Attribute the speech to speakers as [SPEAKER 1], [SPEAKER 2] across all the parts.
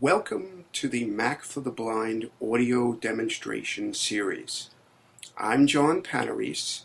[SPEAKER 1] Welcome to the Mac for the Blind audio demonstration series. I'm John Panarese,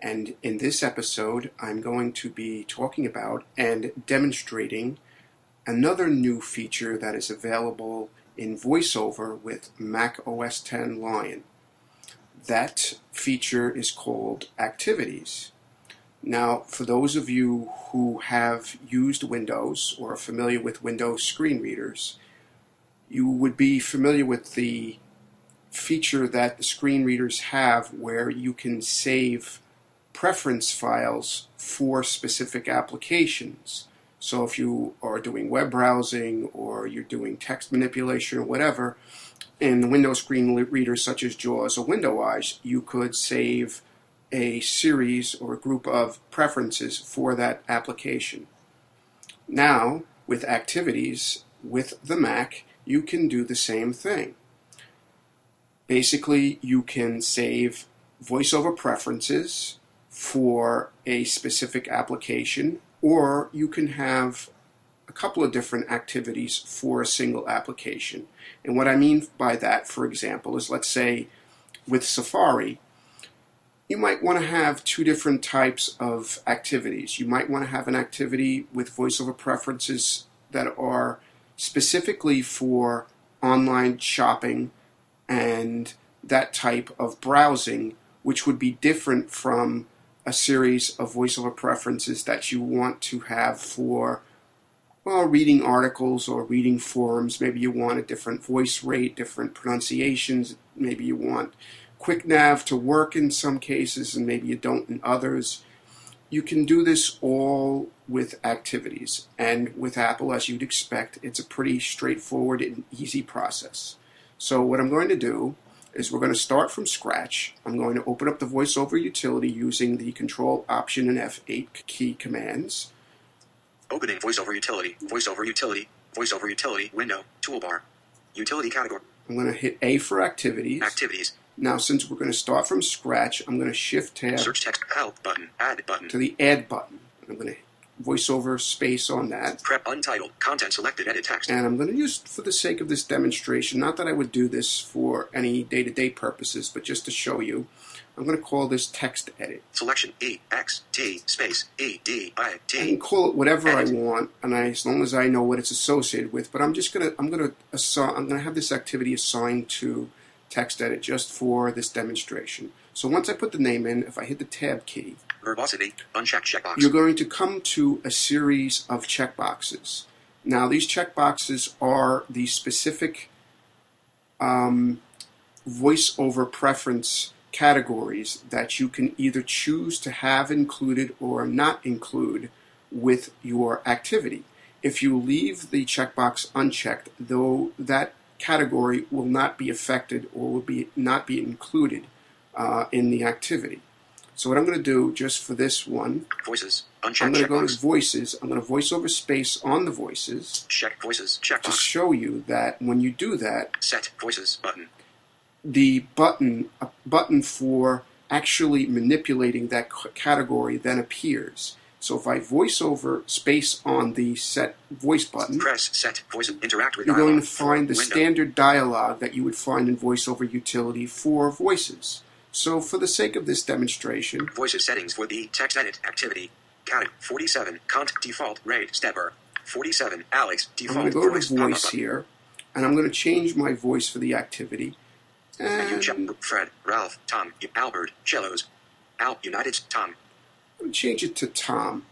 [SPEAKER 1] and in this episode, I'm going to be talking about and demonstrating another new feature that is available in VoiceOver with Mac OS X Lion. That feature is called Activities. Now, for those of you who have used Windows or are familiar with Windows screen readers, you would be familiar with the feature that the screen readers have where you can save preference files for specific applications. So if you are doing web browsing or you're doing text manipulation or whatever, in the window screen li- readers such as JAWS or Window Eyes, you could save a series or a group of preferences for that application. Now, with activities with the Mac, you can do the same thing. Basically, you can save voiceover preferences for a specific application, or you can have a couple of different activities for a single application. And what I mean by that, for example, is let's say with Safari, you might want to have two different types of activities. You might want to have an activity with voiceover preferences that are specifically for online shopping and that type of browsing, which would be different from a series of voiceover preferences that you want to have for well, reading articles or reading forums. Maybe you want a different voice rate, different pronunciations. Maybe you want quick nav to work in some cases, and maybe you don't in others. You can do this all with activities. And with Apple, as you'd expect, it's a pretty straightforward and easy process. So, what I'm going to do is we're going to start from scratch. I'm going to open up the VoiceOver utility using the Control Option and F8 key commands.
[SPEAKER 2] Opening voiceover utility, voiceover utility, voiceover utility window, toolbar, utility category,
[SPEAKER 1] I'm going to hit A for activities.
[SPEAKER 2] activities,
[SPEAKER 1] Now, since we're going to start from scratch, I'm going to shift tab
[SPEAKER 2] search text, help button, add button,
[SPEAKER 1] to the add button. I'm going to voiceover space on that.
[SPEAKER 2] prep untitled, content selected, edit text,
[SPEAKER 1] And I'm going to use, for the sake of this demonstration, not that I would do this for any day to day purposes, but just to show you, I'm going to call this text edit.
[SPEAKER 2] selection E X T space E D I
[SPEAKER 1] I can
[SPEAKER 2] T
[SPEAKER 1] call it whatever I
[SPEAKER 2] Edit.
[SPEAKER 1] want, and I, as long as I know what it's associated with. But I'm just gonna I'm gonna assign I'm gonna have this activity assigned to text edit just for this demonstration. So once I put the name in, if I hit the tab key,
[SPEAKER 2] verbosity, unchecked checkbox,
[SPEAKER 1] you're going to come to a series of checkboxes. Now, these checkboxes are the specific um, voiceover preference categories that you can either choose to have included or not include with your activity. If you leave the checkbox unchecked, though that category will not be affected or will be not be included uh, in the activity. So what I'm going to do just for this one,
[SPEAKER 2] voices,
[SPEAKER 1] I'm
[SPEAKER 2] unchecked
[SPEAKER 1] going to go to
[SPEAKER 2] checkbox,
[SPEAKER 1] voices. I'm going to voice over space on the voices
[SPEAKER 2] check voices,
[SPEAKER 1] to
[SPEAKER 2] checkbox,
[SPEAKER 1] show you that when you do that,
[SPEAKER 2] set voices button,
[SPEAKER 1] the button a button for actually manipulating that c- category then appears. So if I voice over space on the set voice button,
[SPEAKER 2] press set voices, interact with
[SPEAKER 1] Mm. you're going
[SPEAKER 2] dialog,
[SPEAKER 1] to find the
[SPEAKER 2] window,
[SPEAKER 1] standard dialogue that you would find in VoiceOver utility for voices. So for the sake of this demonstration,
[SPEAKER 2] voices settings for the text edit activity, category 47, content default rate stepper, 47, Alex
[SPEAKER 1] I'm going to
[SPEAKER 2] default
[SPEAKER 1] go
[SPEAKER 2] voice,
[SPEAKER 1] to
[SPEAKER 2] pop-up
[SPEAKER 1] voice
[SPEAKER 2] button.
[SPEAKER 1] here, and I'm going to change my voice for the activity.
[SPEAKER 2] And you
[SPEAKER 1] And
[SPEAKER 2] check Fred, Ralph, Tom, Albert, Cellos, Al, United, Tom,
[SPEAKER 1] I'm change it to Tom.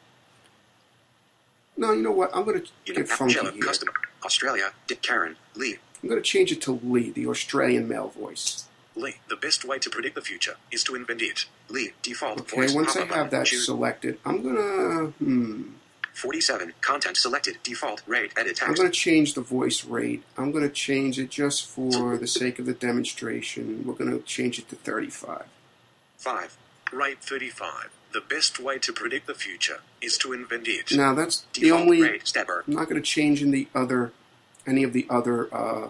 [SPEAKER 1] No, you know what? I'm going to
[SPEAKER 2] United,
[SPEAKER 1] get funky
[SPEAKER 2] Cello,
[SPEAKER 1] here.
[SPEAKER 2] Custom, Australia, Dick, Karen, Lee,
[SPEAKER 1] I'm going to change it to Lee, the Australian male voice.
[SPEAKER 2] Lee. The best way to predict the future is to invent it. Lee, default
[SPEAKER 1] Okay,
[SPEAKER 2] voice.
[SPEAKER 1] once I
[SPEAKER 2] pop-up
[SPEAKER 1] have
[SPEAKER 2] button,
[SPEAKER 1] that
[SPEAKER 2] choose
[SPEAKER 1] selected, I'm going to, hmm,
[SPEAKER 2] 47, content selected, default, rate, edit
[SPEAKER 1] I'm
[SPEAKER 2] text.
[SPEAKER 1] going to change the voice rate. I'm going to change it just for the sake of the demonstration. We're going to change it to 35.
[SPEAKER 2] 5. Rate 35. The best way to predict the future is to invent it.
[SPEAKER 1] Now, that's the
[SPEAKER 2] Default
[SPEAKER 1] only,
[SPEAKER 2] rate stepper.
[SPEAKER 1] I'm not going to change in the other any of the other uh,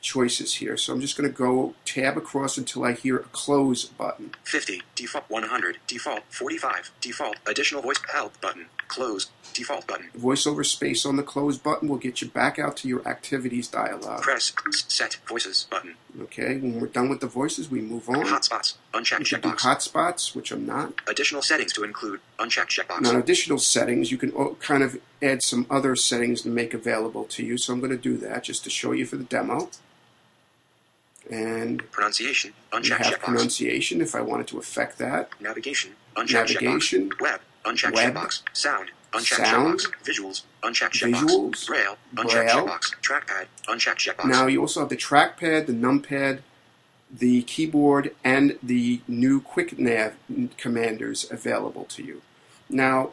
[SPEAKER 1] choices here. So I'm just going to go tab across until I hear a close button.
[SPEAKER 2] 50, default 100, default 45, default additional voice help button, Close. Default button.
[SPEAKER 1] Voiceover space on the close button will get you back out to your activities dialog.
[SPEAKER 2] Press set voices button.
[SPEAKER 1] Okay, when we're done with the voices, we move on.
[SPEAKER 2] Hotspots. Unchecked
[SPEAKER 1] We should do
[SPEAKER 2] checkbox.
[SPEAKER 1] hotspots, which I'm not.
[SPEAKER 2] Additional settings to include unchecked checkbox.
[SPEAKER 1] Now, in additional settings, you can o- kind of add some other settings to make available to you. So I'm going to do that just to show you for the demo. And
[SPEAKER 2] Pronunciation.
[SPEAKER 1] we
[SPEAKER 2] Unchecked
[SPEAKER 1] have
[SPEAKER 2] checkbox.
[SPEAKER 1] pronunciation if I wanted to affect that.
[SPEAKER 2] Navigation. Unchecked
[SPEAKER 1] Navigation.
[SPEAKER 2] checkbox. Web. Unchecked
[SPEAKER 1] Web.
[SPEAKER 2] checkbox. Sound. Unchecked
[SPEAKER 1] Sound.
[SPEAKER 2] checkbox. Visuals. Unchecked
[SPEAKER 1] Visuals.
[SPEAKER 2] checkbox. Braille. Unchecked
[SPEAKER 1] Braille.
[SPEAKER 2] checkbox. Trackpad. Unchecked checkbox.
[SPEAKER 1] Now you also have the trackpad, the numpad, the keyboard, and the new quick nav commanders available to you. Now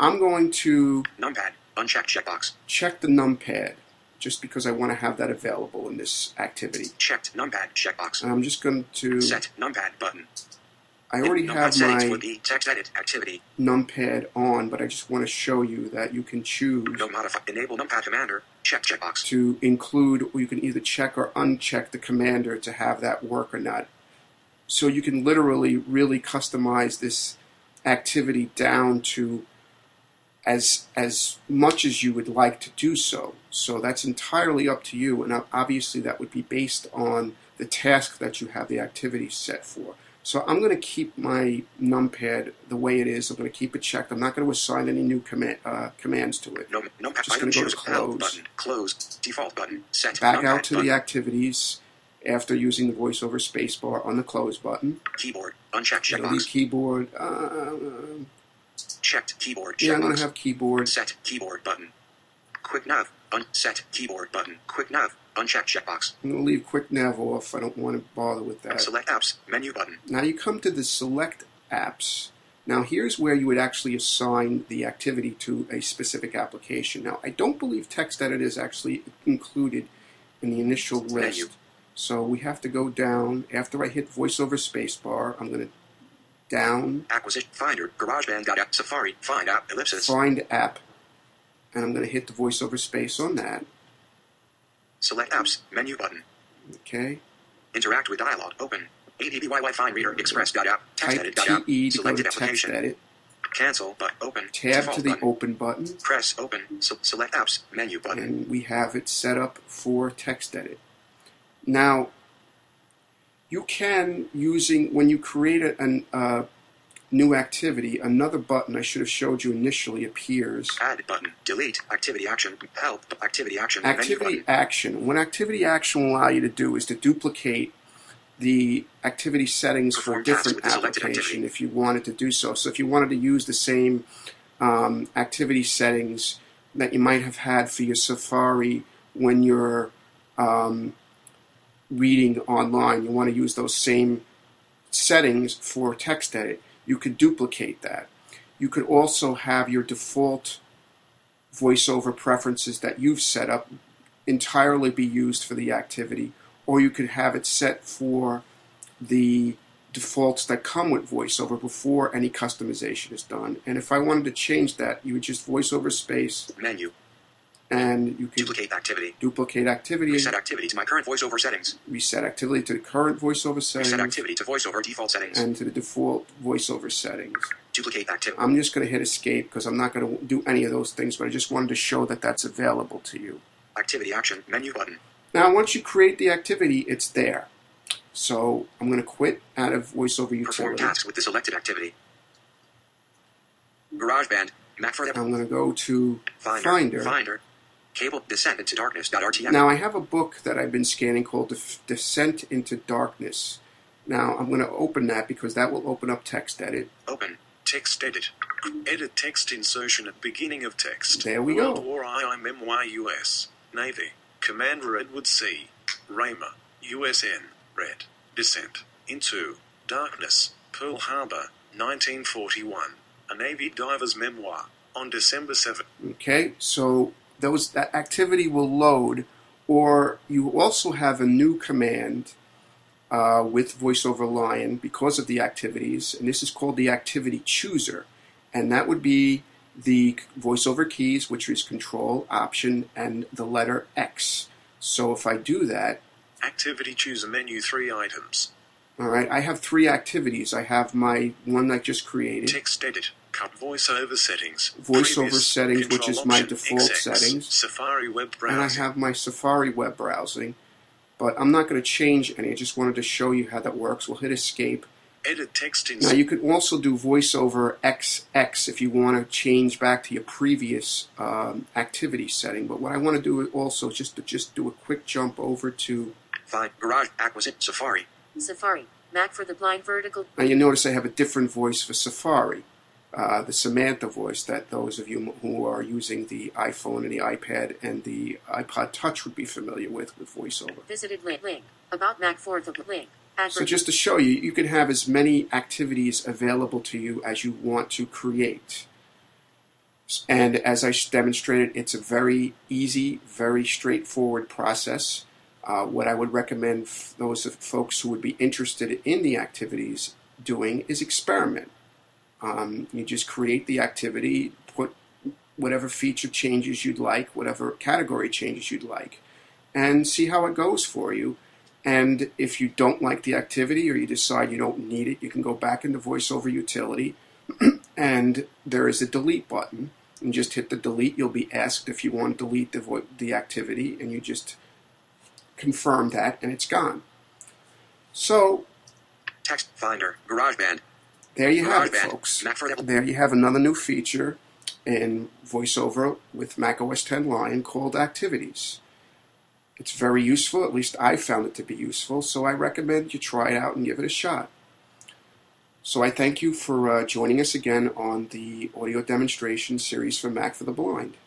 [SPEAKER 1] I'm going to
[SPEAKER 2] Numpad. Unchecked checkbox.
[SPEAKER 1] check the numpad just because I want to have that available in this activity.
[SPEAKER 2] Checked numpad checkbox.
[SPEAKER 1] And I'm just going to.
[SPEAKER 2] Set numpad button.
[SPEAKER 1] Um, I already
[SPEAKER 2] numpad
[SPEAKER 1] have
[SPEAKER 2] settings
[SPEAKER 1] my
[SPEAKER 2] for the text edit activity.
[SPEAKER 1] numpad on, but I just want to show you that you can choose
[SPEAKER 2] No modify. Enable numpad commander. Check checkbox.
[SPEAKER 1] to include, or you can either check or uncheck the commander to have that work or not. So you can literally really customize this activity down to as as much as you would like to do so. So that's entirely up to you, and ob- obviously that would be based on the task that you have the activity set for. So I'm going to keep my numpad the way it is. I'm going to keep it checked. I'm not going to assign any new command, uh, commands to it.
[SPEAKER 2] No, numpad
[SPEAKER 1] Just
[SPEAKER 2] item
[SPEAKER 1] gonna go to
[SPEAKER 2] choose. Help
[SPEAKER 1] close.
[SPEAKER 2] button. Close. Default button. Set
[SPEAKER 1] back
[SPEAKER 2] numpad
[SPEAKER 1] out to
[SPEAKER 2] button.
[SPEAKER 1] the activities after using the voiceover spacebar on the close button.
[SPEAKER 2] keyboard. Unchecked
[SPEAKER 1] Delete
[SPEAKER 2] checkbox.
[SPEAKER 1] keyboard. Uh,
[SPEAKER 2] Checked keyboard
[SPEAKER 1] yeah, I'm
[SPEAKER 2] checkbox.
[SPEAKER 1] gonna have keyboard.
[SPEAKER 2] Set keyboard button. Quick nav. Unset keyboard button. Quick nav. Uncheck checkbox.
[SPEAKER 1] I'm gonna leave quick nav off. I don't want to bother with that.
[SPEAKER 2] Select apps. Menu button.
[SPEAKER 1] Now you come to the select apps. Now here's where you would actually assign the activity to a specific application. Now I don't believe text edit is actually included in the initial list.
[SPEAKER 2] Menu.
[SPEAKER 1] So we have to go down after I hit voiceover spacebar. I'm gonna down
[SPEAKER 2] Acquisition finder. GarageBand. dot app, Safari. Find app. Ellipsis.
[SPEAKER 1] find app, and I'm going to hit the voiceover space on that.
[SPEAKER 2] Select apps. Menu button.
[SPEAKER 1] Okay,
[SPEAKER 2] Interact with dialog. Open. ADBYY Find Reader Express. dot app. Text
[SPEAKER 1] type
[SPEAKER 2] edit. dot app.
[SPEAKER 1] TE to go to
[SPEAKER 2] Selected
[SPEAKER 1] text
[SPEAKER 2] application.
[SPEAKER 1] edit.
[SPEAKER 2] Cancel. But open.
[SPEAKER 1] Tab
[SPEAKER 2] Default
[SPEAKER 1] to the
[SPEAKER 2] button.
[SPEAKER 1] open button,
[SPEAKER 2] Press open. Se- select apps. Menu button.
[SPEAKER 1] and we have it set up for text edit. Now, you can using when you create a an, uh, new activity, another button I should have showed you initially appears.
[SPEAKER 2] Add button. Delete. Activity action. Help. Activity action. Menu
[SPEAKER 1] Activity
[SPEAKER 2] button.
[SPEAKER 1] action. What activity action will allow you to do is to duplicate the activity settings for a
[SPEAKER 2] Perform tasks
[SPEAKER 1] different
[SPEAKER 2] with the selected
[SPEAKER 1] application
[SPEAKER 2] activity.
[SPEAKER 1] if you wanted to do so. So if you wanted to use the same um, activity settings that you might have had for your Safari when you're um, reading online, you want to use those same settings for text edit. You could duplicate that. You could also have your default voiceover preferences that you've set up entirely be used for the activity, or you could have it set for the defaults that come with voiceover before any customization is done. And if I wanted to change that, you would just voiceover space
[SPEAKER 2] Menu.
[SPEAKER 1] and you could
[SPEAKER 2] Duplicate activity.
[SPEAKER 1] duplicate activity,
[SPEAKER 2] Set activity to my current voiceover settings.
[SPEAKER 1] reset activity to the current voiceover
[SPEAKER 2] Set
[SPEAKER 1] settings
[SPEAKER 2] activity to voiceover default settings.
[SPEAKER 1] and Uh, to the default voiceover settings.
[SPEAKER 2] Duplicate activity.
[SPEAKER 1] I'm just going to hit escape because I'm not going to do any of those things, but I just wanted to show that that's available to you.
[SPEAKER 2] Activity action. Menu button.
[SPEAKER 1] Now, once you create the activity, it's there. So I'm going to quit out of VoiceOver
[SPEAKER 2] Perform
[SPEAKER 1] Utility.
[SPEAKER 2] tasks with the selected activity. GarageBand. Mac for the
[SPEAKER 1] I'm going to go to
[SPEAKER 2] Finder.
[SPEAKER 1] Finder.
[SPEAKER 2] Cable descent into darkness.rtm.
[SPEAKER 1] Now, I have a book that I've been scanning called Def- Descent into Darkness. Now, I'm going to open that because that will open up text edit.
[SPEAKER 2] Open.
[SPEAKER 3] Text edit. Edit text insertion at beginning of text.
[SPEAKER 1] There we
[SPEAKER 3] World
[SPEAKER 1] go.
[SPEAKER 3] War IIMYUS. Navy. Commander Edward C. Raymer. USN. Red. Descent. Into. Darkness. Pearl Harbor. 1941. A Navy diver's memoir. On December 7.
[SPEAKER 1] Okay, so those that activity will load, or you also have a new command uh, with VoiceOver Lion because of the activities, and this is called the Activity Chooser, and that would be the VoiceOver keys, which is Control Option and the letter X. So if I do that,
[SPEAKER 3] Activity chooser menu 3 items.
[SPEAKER 1] all right, I have three activities. I have my one I just created.
[SPEAKER 3] Text edit. Cup voiceover settings.
[SPEAKER 1] Voiceover
[SPEAKER 3] Previous,
[SPEAKER 1] settings, which
[SPEAKER 3] Control
[SPEAKER 1] is my
[SPEAKER 3] Option,
[SPEAKER 1] default
[SPEAKER 3] XX,
[SPEAKER 1] settings.
[SPEAKER 3] Safari web
[SPEAKER 1] and I
[SPEAKER 3] browser.
[SPEAKER 1] have my Safari web browsing, but I'm not going to change any. I just wanted to show you how that works. We'll hit escape.
[SPEAKER 3] Edit text in.
[SPEAKER 1] Now you can also do voiceover XX if you want to change back to your previous um, activity setting. But what I want to do also is just to just do a quick jump over to.
[SPEAKER 2] Find Garage Acquisition Safari.
[SPEAKER 4] Safari, Mac for the blind vertical,
[SPEAKER 1] Now you notice I have a different voice for Safari, uh, the Samantha voice that those of you who are using the iPhone and the iPad and the iPod Touch would be familiar with with voiceover.
[SPEAKER 4] visited link, link, about Mac for the link,
[SPEAKER 1] So
[SPEAKER 4] advert,
[SPEAKER 1] just to show you, you can have as many activities available to you as you want to create. And as I s- demonstrated, it's a very easy, very straightforward process. Uh, what I would recommend f- those of folks who would be interested in the activities doing is experiment. Um, you just create the activity, put whatever feature changes you'd like, whatever category changes you'd like, and see how it goes for you. And if you don't like the activity or you decide you don't need it, you can go back into VoiceOver Utility and there is a delete button. And just hit the delete. You'll be asked if you want to delete the, vo- the activity, and you just confirm that, and it's gone. So
[SPEAKER 2] Text Finder. GarageBand.
[SPEAKER 1] there you have it,
[SPEAKER 2] GarageBand.
[SPEAKER 1] folks.
[SPEAKER 2] Mac for the
[SPEAKER 1] There you have another new feature in VoiceOver with macOS 10 Lion called Activities. It's very useful, at least I found it to be useful, so I recommend you try it out and give it a shot. So I thank you for uh, joining us again on the audio demonstration series for Mac for the Blind.